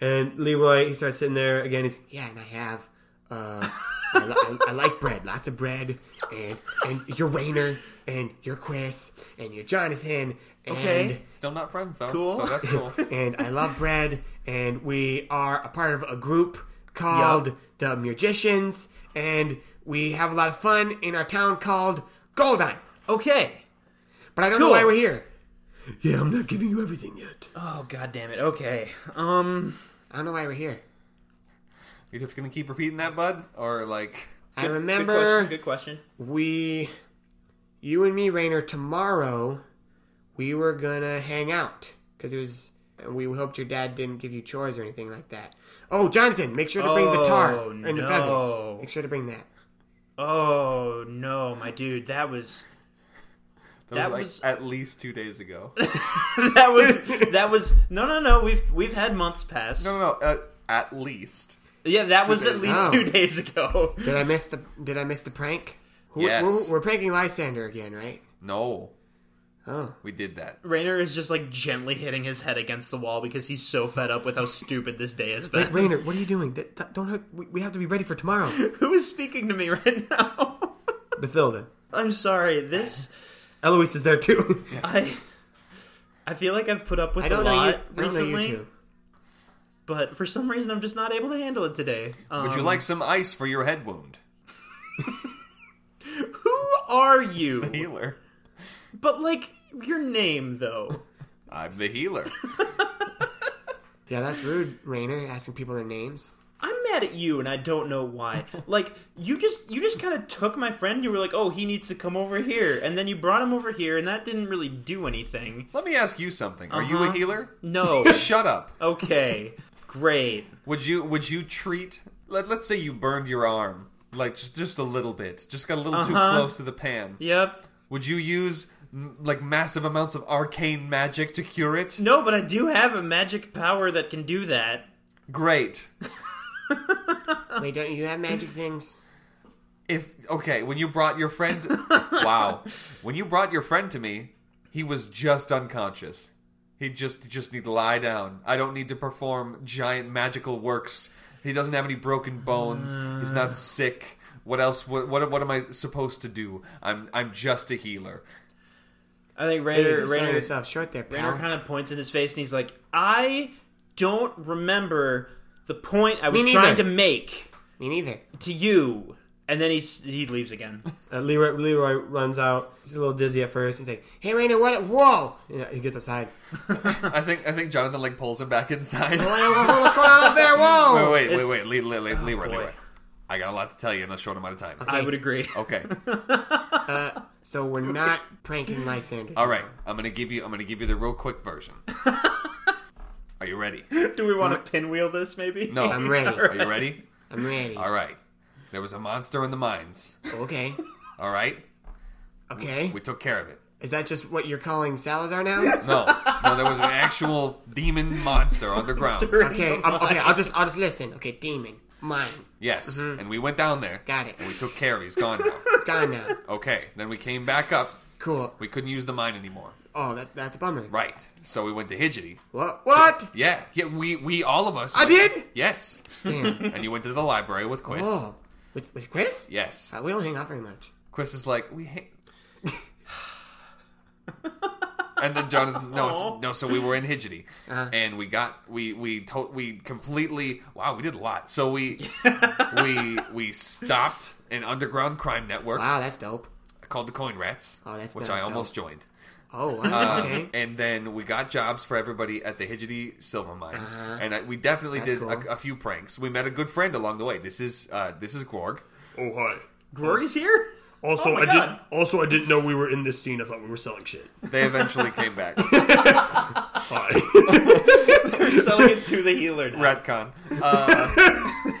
And Leroy, he starts sitting there again. He's yeah, and I have, uh, I, li- I, I like bread, lots of bread, and and your Rainer, and your Chris, and your Jonathan, and
Okay.
Still not friends though. So
Cool.
that's cool.
and I love bread, and we are a part of a group called the Magicians, and we have a lot of fun in our town called Goldine.
okay.
But I don't
Cool.
know why we're here.
Yeah, I'm not giving you everything yet.
Oh god damn it. Okay. Um.
I don't know why we're here.
You're just gonna keep repeating that, bud, or like,
I
Good
remember
question. Good question.
we you and me Rainer tomorrow we were gonna hang out because it was and we hoped your dad didn't give you chores or anything like that oh jonathan make sure to bring the tar
Oh,
and the
no.
feathers make sure to bring that
Oh no, my dude. That was
that,
That
was, like,
was-
at least two days ago.
that was that was no no no. We've we've had months pass.
No, no, no. Uh, at least.
Yeah, that was at
days.
least
Oh.
two days ago.
did i miss the did i miss the prank Who-
Yes.
we're, we're pranking lysander again right
No,
oh
we did that.
Rainer is just like gently hitting his head against the wall because he's so fed up with how stupid this day has been.
Rainer, what are you doing? That, that- don't hurt- we, we have to be ready for tomorrow.
Who is speaking to me right now?
Bathilda,
I'm sorry. This
Eloise is there too.
I I feel like I've put up with
I don't
a
know you.
lot
I don't know
recently,
you two.
but for some reason I'm just not able to handle it today. Um,
Would you like some ice for your head wound,
Who are you?
healer?
But like your name though.
I'm the healer.
Yeah, that's rude, Rainer, asking people their names.
I'm mad at you and I don't know why. Like you just you just kind of took my friend. You were like, "Oh, he needs to come over here." And then you brought him over here and that didn't really do anything.
Let me ask you something. Are you
Uh-huh.
a healer?
No.
Shut up.
okay. Great.
Would you would you treat let, let's say you burned your arm like just just a little bit, just got a little too
Uh-huh.
close to the pan.
Yep.
Would you use m- like massive amounts of arcane magic to cure it?
No, but I do have a magic power that can do that.
Great.
Oh.
Wait, don't you have magic things?
If okay, when you brought your friend wow, when you brought your friend to me, he was just unconscious. He just just need to lie down. I don't need to perform giant magical works. He doesn't have any broken bones. He's not sick. What else? What, what what am I supposed to do? I'm I'm just a healer.
I think
You're,
Rainer
selling
Rainer,
yourself short there, pal.
Rainer kind of points in his face and he's like, "I don't remember the point I was
neither.
trying to make
Me neither.
to you." And then he s- he leaves again.
Uh, Leroy, Leroy runs out. He's a little dizzy at first. He's like, "Hey, Rainer, what? Whoa!" Yeah, he gets outside.
I think I think Jonathan like pulls him back inside.
Whoa, whoa, whoa, what's going on up there? Whoa!
wait, wait, wait,
it's-
wait, Le- Le- Le- Leroy,
boy.
Leroy. I got a lot to tell you in a short amount of time.
I would agree.
Okay,
Uh, So we're not pranking Lysander.
all right. I'm gonna give you I'm gonna give you the real quick version. Are you ready?
Do we want to pinwheel this maybe?
No,
I'm ready.
Are you ready?
I'm ready.
All right. There was a monster in the mines.
Okay,
All right,
okay.
we took care of it.
Is that just what you're calling Salazar now?
No, no, there was an actual demon monster underground.
Okay, I'm, okay. I'll just, I'll just listen. Okay, demon
Mine.
Yes, and we went down there.
Mm-hmm. Got it.
And we took care. He's gone now.
It's gone now.
okay. Then we came back up.
Cool.
We couldn't use the mine anymore.
Oh, that, that's a bummer.
Right. So we went to Hidgety.
What? What?
Yeah. Yeah. We we all of us.
I did?
Yes.
Damn.
And you went to the library with Quiz.
Oh, with, with Chris?
Yes.
Uh, we don't hang out very much.
Chris is like, we hate. and then Jonathan, no, it's- no. So we were in Hidgety,
Uh-huh.
and we got we we to, we completely wow, we did a lot. So we we we stopped an underground crime network
Wow, that's dope.
called the Coin Rats,
Oh, that's-
which
that's
I
dope.
almost joined.
Oh, wow,
Uh,
Um,
okay.
And then we got jobs for everybody at the Hidgety Silver Mine, and I, we definitely
Uh-huh. That's
did
cool.
a, a few pranks. We met a good friend along the way. This is uh, this is Gorg.
Oh hi.
Gorg is here?
Also,
Oh my
I didn't.
God.
Also, I didn't know we were in this scene. I thought we were selling shit.
They eventually came back.
Hi.
They're selling it to the healer now.
Retcon.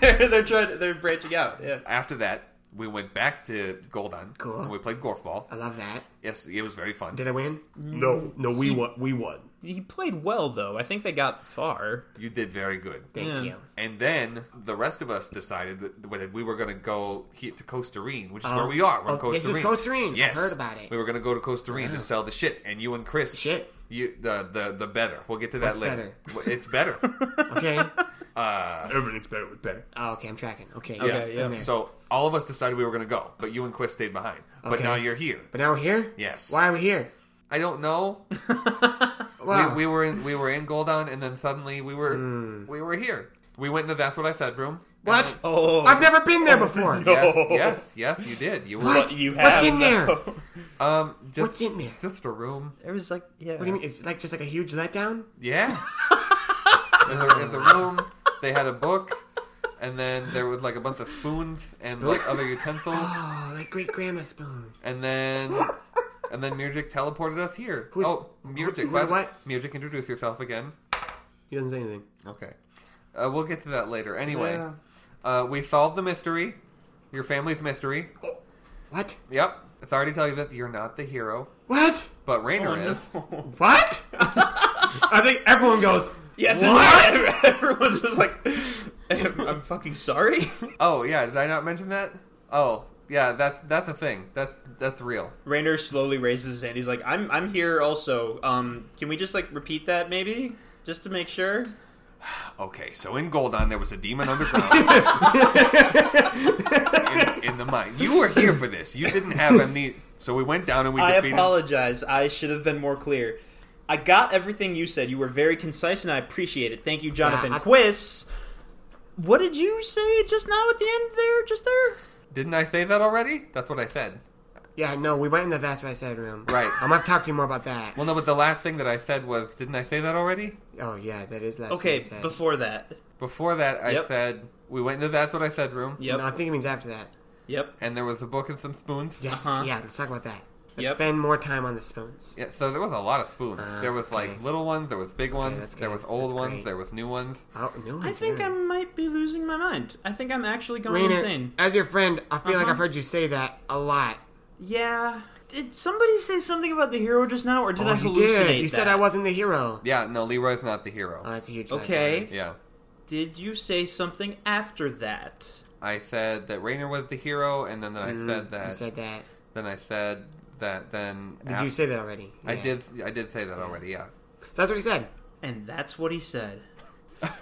They're, they're trying they're branching out. Yeah.
After that, we went back to Goldon.
Cool.
And we played golf ball.
I love that.
Yes, it was very fun.
Did I win?
no, no, we won. We won.
He played well though. I think they got far.
You did very good.
Thank
Yeah.
you.
And then the rest of us decided that whether we were going to go he- to Costa Rica, which is where we are. We're in
oh, this
Costa
is
Rica.
Costa Rica. I've
Yes,
heard about it.
We were going to go to Costa Rica to sell the shit, and you and Chris
Shit.
You the the the better. We'll get to that
What's
later. Well, It's better.
Okay.
Everything's better with better.
oh, okay, I'm tracking. Okay.
yeah.
yeah.
I'm there.
So all of us decided we were going to go, but you and Chris stayed behind. But
Okay.
now you're here.
but now we're here?
Yes.
Why are we here?
I don't know.
Wow. Mm.
We, we were in we were in Goldon, and then suddenly we were we were here. We went into that's what I said room.
what?
Oh
I've never been there before.
Yes, yes, yes, you did. You were
What?
you
What's
have,
in there?
though.
What
um just
What's in there?
just a room.
it was like yeah.
do you mean? It's like just like a huge letdown?
Yeah. in, the, in the room, they had a book, and then there was like a bunch of spoons and like other utensils,
Oh, like great grandma spoon.
and then and then Murdic teleported us here.
Who's-
oh, Murdic,
wh- what?
Murdic, introduce yourself again.
He doesn't say anything.
Okay. Uh, we'll get to that later. Anyway, uh, we solved the mystery. Your family's mystery.
What?
Yep. Sorry to tell you this, you're not the hero,
What?
but
Oh,
Rainer is.
What?
I think everyone goes.
Yeah, did- everyone's just like, I'm, I'm fucking sorry.
Oh yeah, did I not mention that? Oh yeah, that's that's a thing. That's that's real.
Rainer slowly raises his hand. He's like, I'm I'm here also. Um, can we just like repeat that maybe, just to make sure?
Okay, so in Goldon there was a demon underground in, in the mine. You were here for this. You didn't have any. So we went down and we
I
defeated.
apologize. I should have been more clear. I got everything you said. You were very concise, and I appreciate it. Thank you, Jonathan.
Yeah, I-
Quiz. What did you say just now at the end there? Just there?
Didn't I say that already? That's what I said.
Yeah, no, we went in the vast right side room.
Right.
I'm gonna talk to you more about that.
Well, no, but the last thing that I said was, didn't I say that already?
Oh yeah, that is last.
Okay,
thing I said.
before that.
Before that, I
Yep.
said we went into that's what I said room,
Yep.
No, I think it means after that.
Yep.
and there was a book and some spoons.
Yes,
Uh-huh.
yeah. Let's talk about that. Let's
Yep.
spend more time on the spoons.
Yeah, so there was a lot of spoons. there was like
Uh, okay.
little ones, there was big ones,
that's
there
good.
was old
That's
ones,
great.
there was new ones.
Oh no,
I think I might be losing my mind. I think I'm actually going
Raina,
insane.
as your friend, I feel like
Uh-huh.
I've heard you say that a lot.
Yeah. Did somebody say something about the hero just now, or did I
you
hallucinate?
Oh, did. You said
that?
I wasn't the hero.
Yeah, no, Leroy's not the hero.
Oh, that's a huge.
Okay.
yeah.
Did you say something after that?
I said that Rainer was the hero, and then, then I said
letdown.
that.
Mm, You said that.
Then I said that. Then
Did you say that already?
I
Yeah.
did. I did say that already. Yeah.
So that's what he said.
And that's what he said.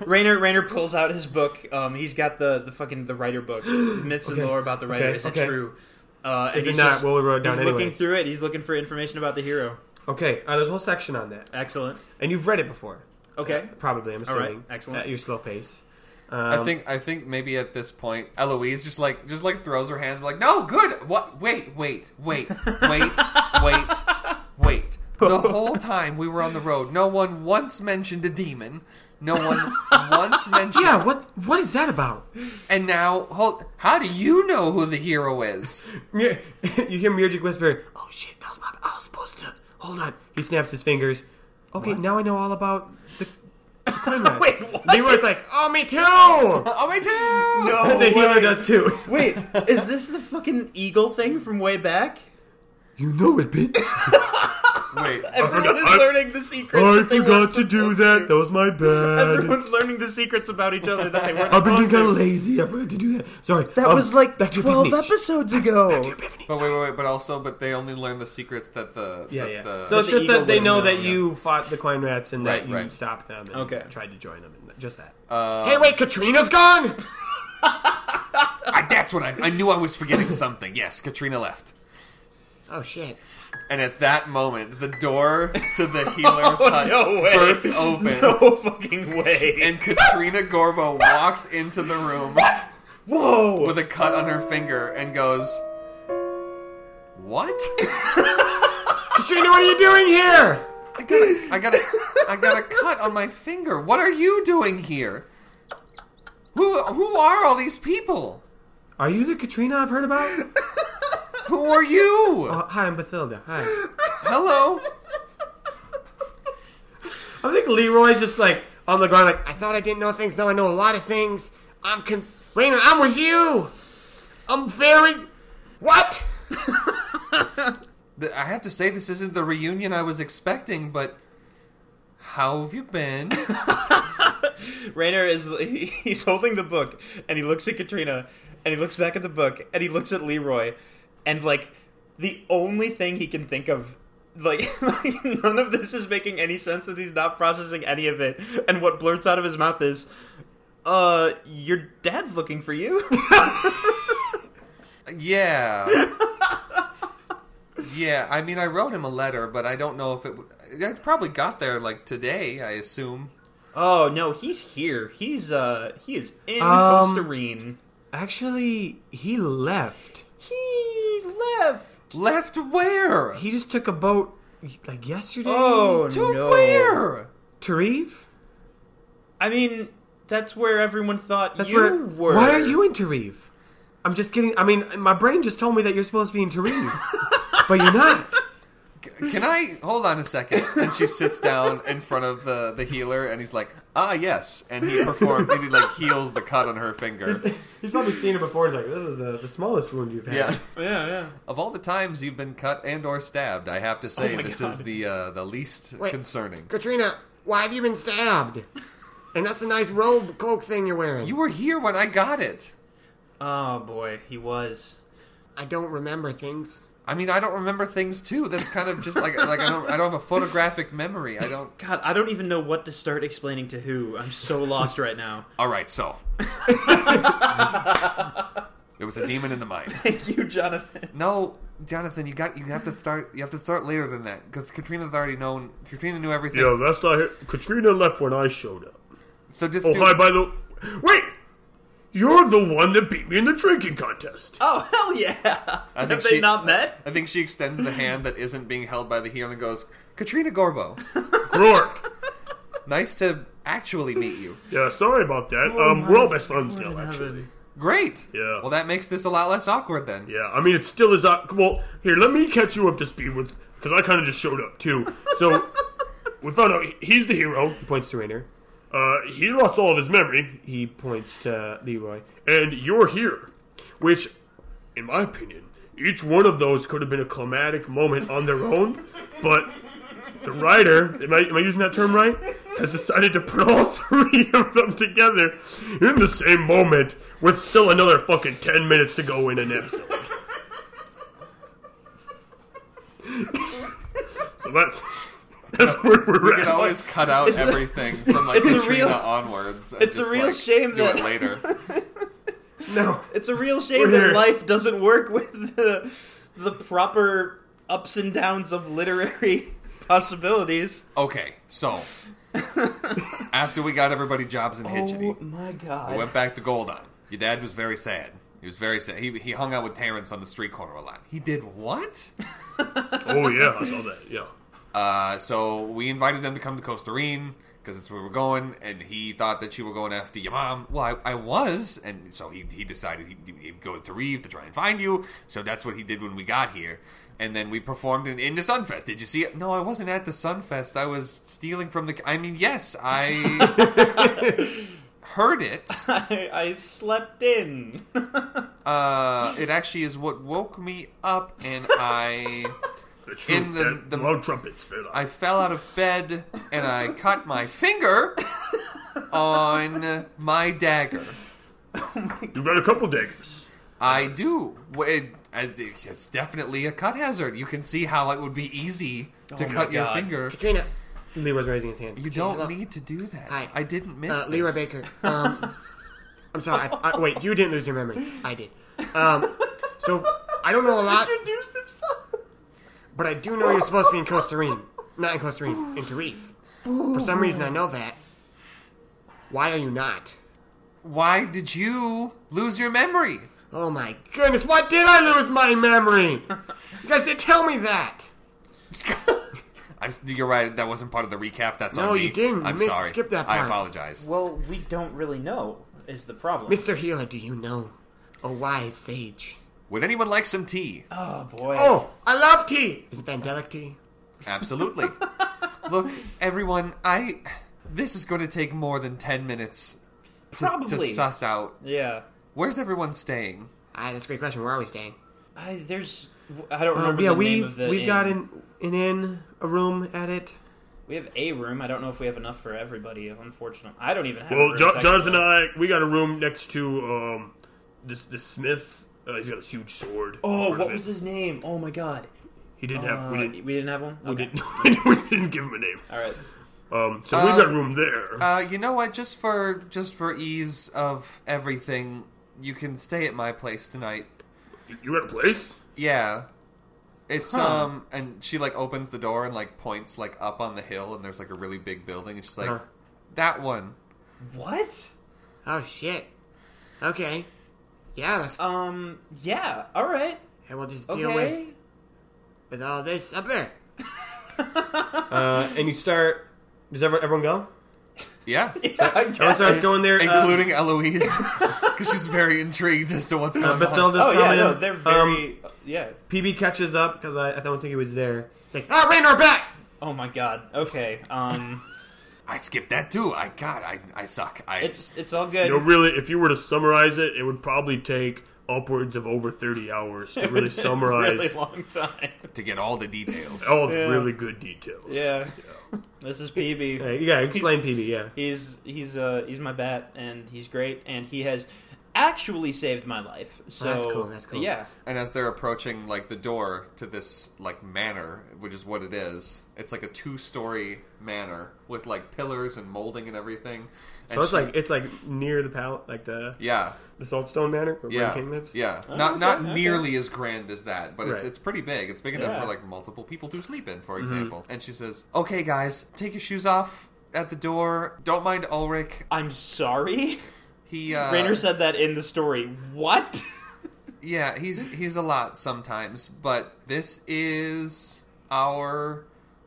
Rainer Rainer pulls out his book. Um, he's got the the fucking the writer book, myths and lore about the writer.
Okay,
Is it
okay.
true? Uh, and
Is it
he's
not?
just-
Well, we wrote it down
he's
anyway.
looking through it. He's looking for information about the hero.
Okay, uh, there's a whole section on that,
Excellent.
and you've read it before.
Okay.
Probably, I'm
All right,
assuming.
excellent.
At your slow pace. Um,
I think. I think maybe at this point, Eloise just like just like throws her hands like, "No, good. What? Wait, wait, wait, wait, wait, wait." The whole time we were on the road, no one once mentioned a demon. No one once mentioned.
Yeah. What What is that about?
And now, hold, how do you know who the hero is?
you hear Murgic whisper, "Oh shit, that was my. I was supposed to. Hold on." He snaps his fingers. Okay, now I know all about the. the coin rack.
Wait. What?
Leroy's like, oh, me too.
Oh, me too.
No
the healer
way.
does too.
Wait, is this the fucking eagle thing from way back?
You know it, bitch.
Wait,
Everyone is
I-
learning the secrets.
Oh, I
that they
forgot
weren't
to do
supposed
that.
to.
That was my bad.
Everyone's learning the secrets about each other that they weren't.
I've been
supposed
just kind
to.
of lazy. I forgot to do that. Sorry.
That
Um,
was like
back to
twelve
Epiphany.
episodes ago.
Epiphany.
but wait, wait, wait, but also, but they only learn the secrets that the
Yeah,
that
yeah.
the
so it's
the
just that
eagle
they
wouldn't
know
know,
that
yeah.
you fought the coin rats and
Right,
that you
right.
stopped them and
Okay.
tried to join them. And just that.
uh,
Hey, wait, Katrina's gone?
I, that's what I I knew I was forgetting something. Yes, Katrina left.
Oh, shit.
And at that moment, the door to the healer's hut
Oh, no way.
bursts open,
No fucking way.
and Katrina Gorbo walks into the room
whoa.
with a cut on her finger and goes, "What?
Katrina, what are you doing here?
I got a, I got a, I got a cut on my finger. What are you doing here? Who who are all these people?
Are you the Katrina I've heard about?
Who are you?
Uh, hi, I'm Bathilda. Hi.
Hello."
I think Leroy's just like on the ground, like,
I thought I didn't know things. Now I know a lot of things. I'm con. Raina, I'm with you! I'm very. What?
Th- I have to say, this isn't the reunion I was expecting, but how have you been?
Rainer is he- he's holding the book and he looks at Katrina and he looks back at the book and he looks at Leroy and like the only thing he can think of like, like none of this is making any sense as he's not processing any of it and what blurts out of his mouth is uh your dad's looking for you
yeah. Yeah, I mean, I wrote him a letter, but I don't know if it. W- I probably got there like today, I assume.
oh no he's here he's uh he is in
Um,
costa rica
actually, he left.
he left
Left where?
He just took a boat like yesterday.
oh
to
no
where?
Tarif?
i mean that's where everyone thought
That's
you
where.
were
Why are you in Tarif? I'm just kidding. I mean, my brain just told me that you're supposed to be in Tarif, but you're not.
Can I hold on a second? And she sits down in front of the the healer, and he's like, "Ah, yes," and he performed, and he like heals the cut on her finger.
You've probably seen her before. It's like this is the, the smallest wound you've had.
Yeah.
yeah yeah
Of all the times you've been cut and or stabbed, I have to say
Oh my
this
God.
is the uh, the least
Wait.
concerning.
Katrina, why have you been stabbed? And that's a nice robe cloak thing you're wearing.
You were here when I got it.
Oh boy, he was.
I don't remember things.
I mean, I don't remember things too. That's kind of just like like I don't I don't have a photographic memory. I don't.
God, I don't even know what to start explaining to who. I'm so lost right now.
All right, so there was a demon in the mind.
Thank you, Jonathan.
No, Jonathan, you got you have to start you have to start later than that because Katrina's already known. Katrina knew everything.
Yeah, that's not. Katrina left when I showed up.
So just
Oh,
do-
hi, by the. Wait! You're the one that beat me in the drinking contest.
Oh hell yeah!
I think
Have they
she-
not met?
I think she extends the hand that isn't being held by the heel and goes, Katrina Gorbo,
Rourke.
nice to actually meet you.
Yeah, sorry about that. um, we're all best friends now, actually.
Great.
Yeah.
Well, that makes this a lot less awkward then.
Yeah, I mean, it still is. Uh, well, here, let me catch you up to speed with. Because I kind of just showed up, too. So, we found out he- he's the hero.
Points to Rainer.
Uh, he lost all of his memory,
He points to Leroy.
and you're here. Which, in my opinion, each one of those could have been a climatic moment on their own, but the writer, am I, am I using that term right? Has decided to put all three of them together in the same moment with still another fucking 10 minutes to go in an episode. so that's. That's where we're
You
at.
can always cut out everything from like
it's a
Katrina
real-
onwards. and
it's a
just,
real
like,
shame
Do
that-
it later.
No,
It's a real shame
We're
that
here.
life doesn't work with the the proper ups and downs of literary possibilities.
Okay, so after we got everybody jobs in Hitchity,
Oh, my
we
god!
went back to Goldon. Your dad was very sad. He was very sad. He, he hung out with Terrence on the street corner a lot. He did what?
Oh yeah, I saw that. Yeah.
Uh, so we invited them to come to Costa Rica because that's where we were going, and he thought that you were going after your mom. Well, I, I was, and so he, he decided he'd, he'd go to Reeve to try and find you. So that's what he did when we got here. And then we performed in, in the Sunfest. Did you see it? No, I wasn't at the Sunfest. I was stealing from the. I mean, yes, I heard it.
I, I slept in.
Uh, it actually is what woke me up, and I in the, the
trumpets, Phil.
I fell out of bed and I cut my finger on my dagger.
You've got a couple daggers.
I do. Well, It, I- it's definitely a cut hazard. You can see how it would be easy to
Oh my
cut your
God.
finger.
Katrina, uh,
Leroy's raising his hand.
You don't
look.
need to do that.
Hi.
I didn't miss
uh,
this.
Leroy Baker. Um, I'm sorry. I, I, wait, you didn't lose your memory. I did. Um, so I don't know a lot,
Introduced himself.
but I do know you're supposed to be in Costa Rica, not in Costa Rica, in Tarif. For some reason, I know that. Why are you not?
Why did you lose your memory?
Oh my goodness! Why did I lose my memory? You guys did tell me that.
I'm, s- you're right. That wasn't part of the recap. That's
No,
on me.
you didn't. You
I'm
missed-
sorry.
skipped that
I
part.
apologize.
Well, we don't really know is the problem.
Mr. Healer, do you know a wise sage?
Would anyone like some tea?
oh boy.
Oh, I love tea. Is it Vandelic tea?
Absolutely. Look, everyone, I. This is going to take more than 10 minutes to, to
Probably.
suss out.
Yeah.
Where's everyone staying?
Ah, that's a great question. Where are we staying?
I, there's. I don't
Um,
remember
yeah,
the name
we've
of the.
we've
inn.
got an an inn, a room at it.
We have a room. I don't know if we have enough for everybody. Unfortunately, I don't even have. a
Well,
room,
jo- Jonathan and
technically.
I, we got a room next to um, this this Smith. Uh, he's got this huge sword.
Oh,
Part of
what
it.
was his name? Oh my god.
He didn't have. we
Uh,
didn't.
we didn't have one.
We didn't, we didn't give him a name.
All right.
Um, so
Uh,
we've got room there.
Uh, you know what? Just for just for ease of everything, you can stay at my place tonight.
you got a place?
Yeah. It's
Huh.
um and she like opens the door and like points like up on the hill and there's like a really big building and she's like
Uh-huh.
that one.
What?
Oh shit. Okay. Yeah, let's
Oh,
Um. Yeah. All right.
and we'll just deal with
Okay.
with all this up there.
Uh, and you start. Does everyone, everyone go?
Yeah.
I
Everyone
guess.
starts going there. uh,
Including Eloise cuz she's very intrigued as to what's
uh,
going on.
Bethilda's
Oh yeah.
coming.
No, they're
Um,
very. yeah.
PB catches up because I, I don't think he was there.
It's like, oh, Randor back.
Oh my god. Okay. Um.
I skipped that too. I god, I I suck. I
it's it's all good.
You know, really, if you were to summarize it, it would probably take upwards of over 30 hours to really summarize
really long time.
to get all the details.
Oh.
all the
Yeah.
really good details.
Yeah. This is PB.
Hey, yeah, explain PB. Yeah,
He's he's uh he's my bat and he's great and he has actually saved my life. So
Oh, that's cool, that's cool.
Yeah.
And as they're approaching like the door to this like manor, which is what it is, it's like a two-story manor with like pillars and molding and everything. And
so it's
she-
like it's like near the pal, like the
yeah,
the Saltstone Manor where
yeah,
the king lives.
yeah. not
Oh, okay,
not
okay.
nearly as grand as that, but it's
Right. Mm-hmm.
it's pretty big. It's big enough
Yeah.
for like multiple people to sleep in, for example. And she says, "Okay, guys, take your shoes off at the door. Don't mind Ulrich.
I'm sorry.
He uh,
Rainer said that in the story. What?
Yeah, he's he's a lot sometimes, but this is our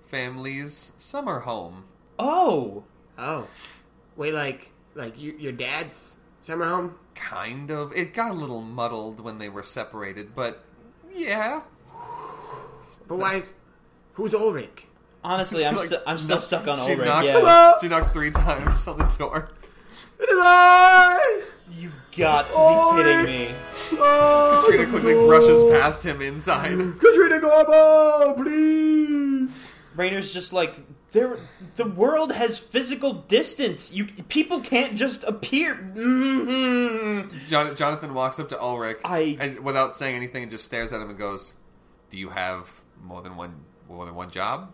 family's summer home.
Oh.
Oh, wait, like like you, your dad's summer home.
Kind of. It got a little muddled when they were separated, but yeah.
But why is who's Ulrich?
Honestly, I'm
Like,
sti- I'm still
no-
stuck on
she
Ulrich.
Knocks,
Yeah.
She knocks three times on the door.
It is I.
You've got to be kidding me.
Oh,
Trina quickly brushes past him inside.
Katrina Garbo, please.
Rainer's just like there. The world has physical distance. You people can't just appear. Mhm.
Jon- Jonathan walks up to Ulrich
I-
and without saying anything, and just stares at him and goes, "Do you have more than one more than one job?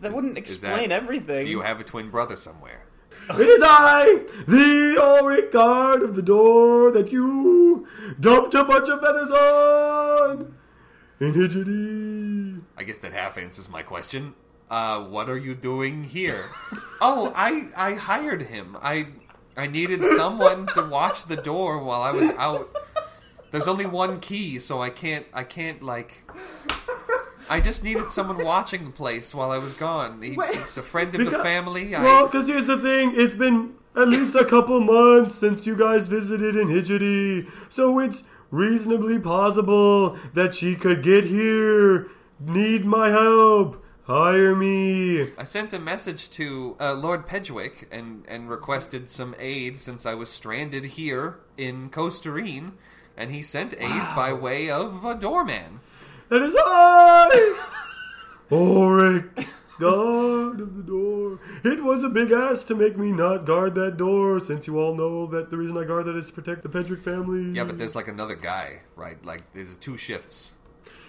That wouldn't
is that-
explain everything.
Do you have a twin brother somewhere?"
It is I, the Ulrich guard of the door that you dumped a bunch of feathers on. In Hidgety.
I guess that half answers my question. Uh, what are you doing here? oh, I I hired him. I I needed someone to watch the door while I was out. There's only one key, so I can't I can't like. I just needed someone watching the place while I was gone. He, he's a friend of the
Because-
family.
Well,
I,
because here's the thing. It's been at least a couple months since you guys visited in Hidgety, so it's reasonably possible that she could get here. Need my help. Hire me.
I sent a message to uh, Lord Pedgwick and and requested some aid since I was stranded here in Coasterine. and he sent aid by way of a doorman.
That is I, Oric, guard of the door. It was a big ass to make me not guard that door, since you all know that the reason I guard that is to protect the Pedrick family.
Yeah, but there's like another guy, right? Like there's two shifts.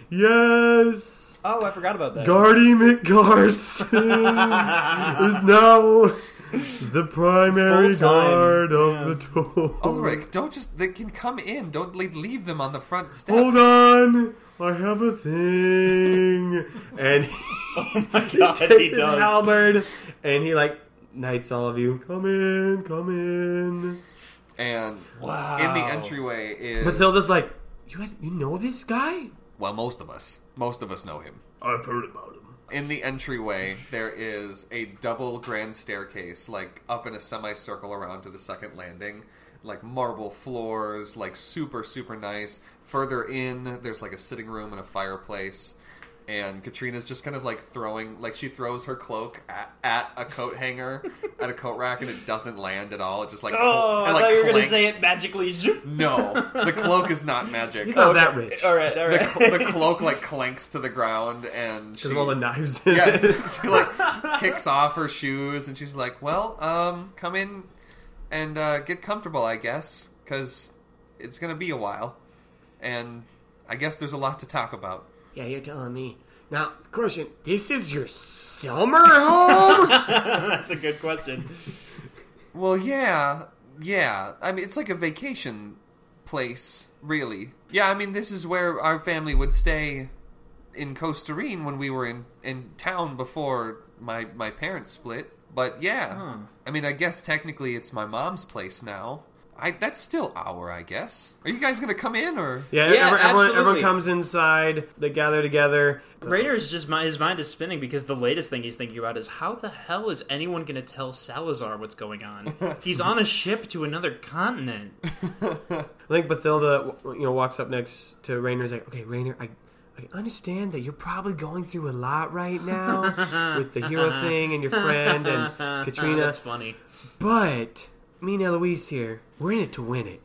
yes,
Oh, I forgot about that.
Guardy McGardson is now the primary
Full-time,
guard of the door.
Ulrich, Oh, don't just they can come in. Don't le- leave them on the front step.
Hold on, I have a thing, and.
God,
takes his
does.
halberd and he like knights all of you. Come in, come in.
And
Wow.
in the entryway is
Mathilda's like, you guys, you know this guy?
well, most of us, most of us know him.
I've heard about him.
In the entryway, there is a double grand staircase, like up in a semicircle around to the second landing. Like marble floors, like super, super nice. Further in, there's like a sitting room and a fireplace. And Katrina's just kind of like throwing, like she throws her cloak at, at a coat hanger, at a coat rack, and it doesn't land at all. It just like,
Oh,
cl-
I
it, like,
thought you were going to
clanks.
say it magically. Zoop.
No, the cloak is not magic.
He's not that rich
All right, all
the,
right.
cl- the cloak like clanks to the ground, and she
because of all the knives. In
yes,
it.
she like kicks off her shoes, and she's like, "Well, um, come in and uh, get comfortable, I guess, because it's gonna be a while, and I guess there's a lot to talk about."
Yeah, you're telling me. Now, question: This is your summer home?
That's a good question.
Well, yeah, yeah. I mean, it's like a vacation place, really. Yeah, I mean, this is where our family would stay in Costa Rica when we were in, in town before my my parents split. But yeah, I mean, I guess technically it's my mom's place now. I that's still our, I guess. Are you guys gonna come in or?
Yeah,
Yeah,
everyone, everyone, everyone
absolutely.
comes inside. They gather together.
Raider is just his mind is spinning because the latest thing he's thinking about is how the hell is anyone going to tell Salazar what's going on? He's on a ship to another continent.
I think Bathilda, w- you know, walks up next to Rainer. Is like, okay, Rainer, I, I understand that you're probably going through a lot right now with the hero thing and your friend and Katrina.
Oh, That's funny.
But me and Eloise here, we're in it to win it.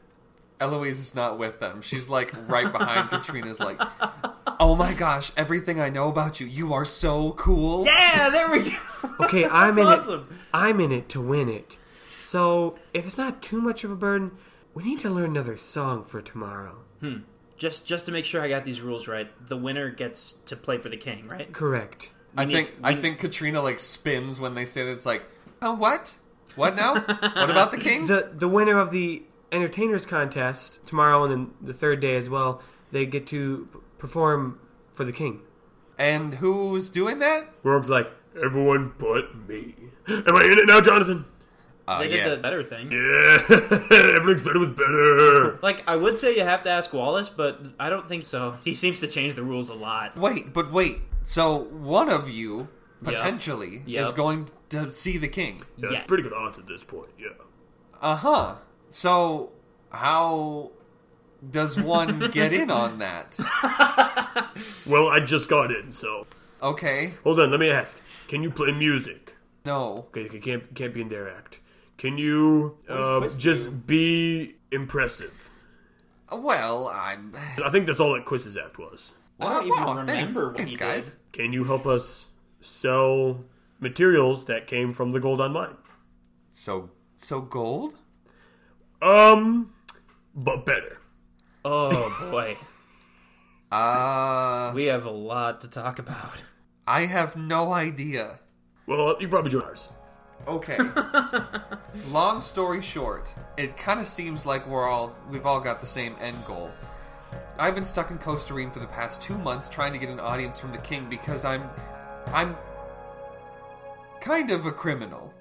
Eloise is not with them. She's like right behind Katrina's. Like, oh my gosh, everything I know about you. You are so cool.
Yeah, there we go.
Okay, I'm in it.
awesome.
I'm in it to win it. So if it's not too much of a burden, we need to learn another song for tomorrow.
Just just to make sure I got these rules right, the winner gets to play for the king, right?
Correct.
I
need-
think
we
I
need-
think Katrina like spins when they say that it's like, oh what? What now? what about the king?
The the winner of the entertainers contest tomorrow and then the third day as well, they get to p- perform for the king.
And who's doing that?
Rorb's like, everyone but me. Am I in it now, Jonathan?
Oh
They did
yeah.
the better thing.
Yeah, everything's better with better.
Like I would say you have to ask Wallace, but I don't think so. He seems to change the rules a lot.
Wait, but wait. So one of you potentially
Yep.
is going to see the king.
Yeah.
pretty good odds at this point. Yeah.
Uh huh. So how does one get in on that?
Well, I just got in, so
Okay.
Hold on, let me ask. Can you play music?
No.
Okay, you can't can't be in their act. Can you uh, just be impressive?
Well, I'm.
I think that's all that Quiz's act was.
I don't even remember what he
guys.
did.
Can you help us sell materials that came from the gold on mine?
So so gold.
Um, but better.
Oh boy.
Uh,
we have a lot to talk about.
I have no idea.
Well, you probably join ours.
Okay. Long story short, it kind of seems like we're all we've all got the same end goal. I've been stuck in Costa Rica for the past 2 months trying to get an audience from the king because I'm I'm kind of a criminal.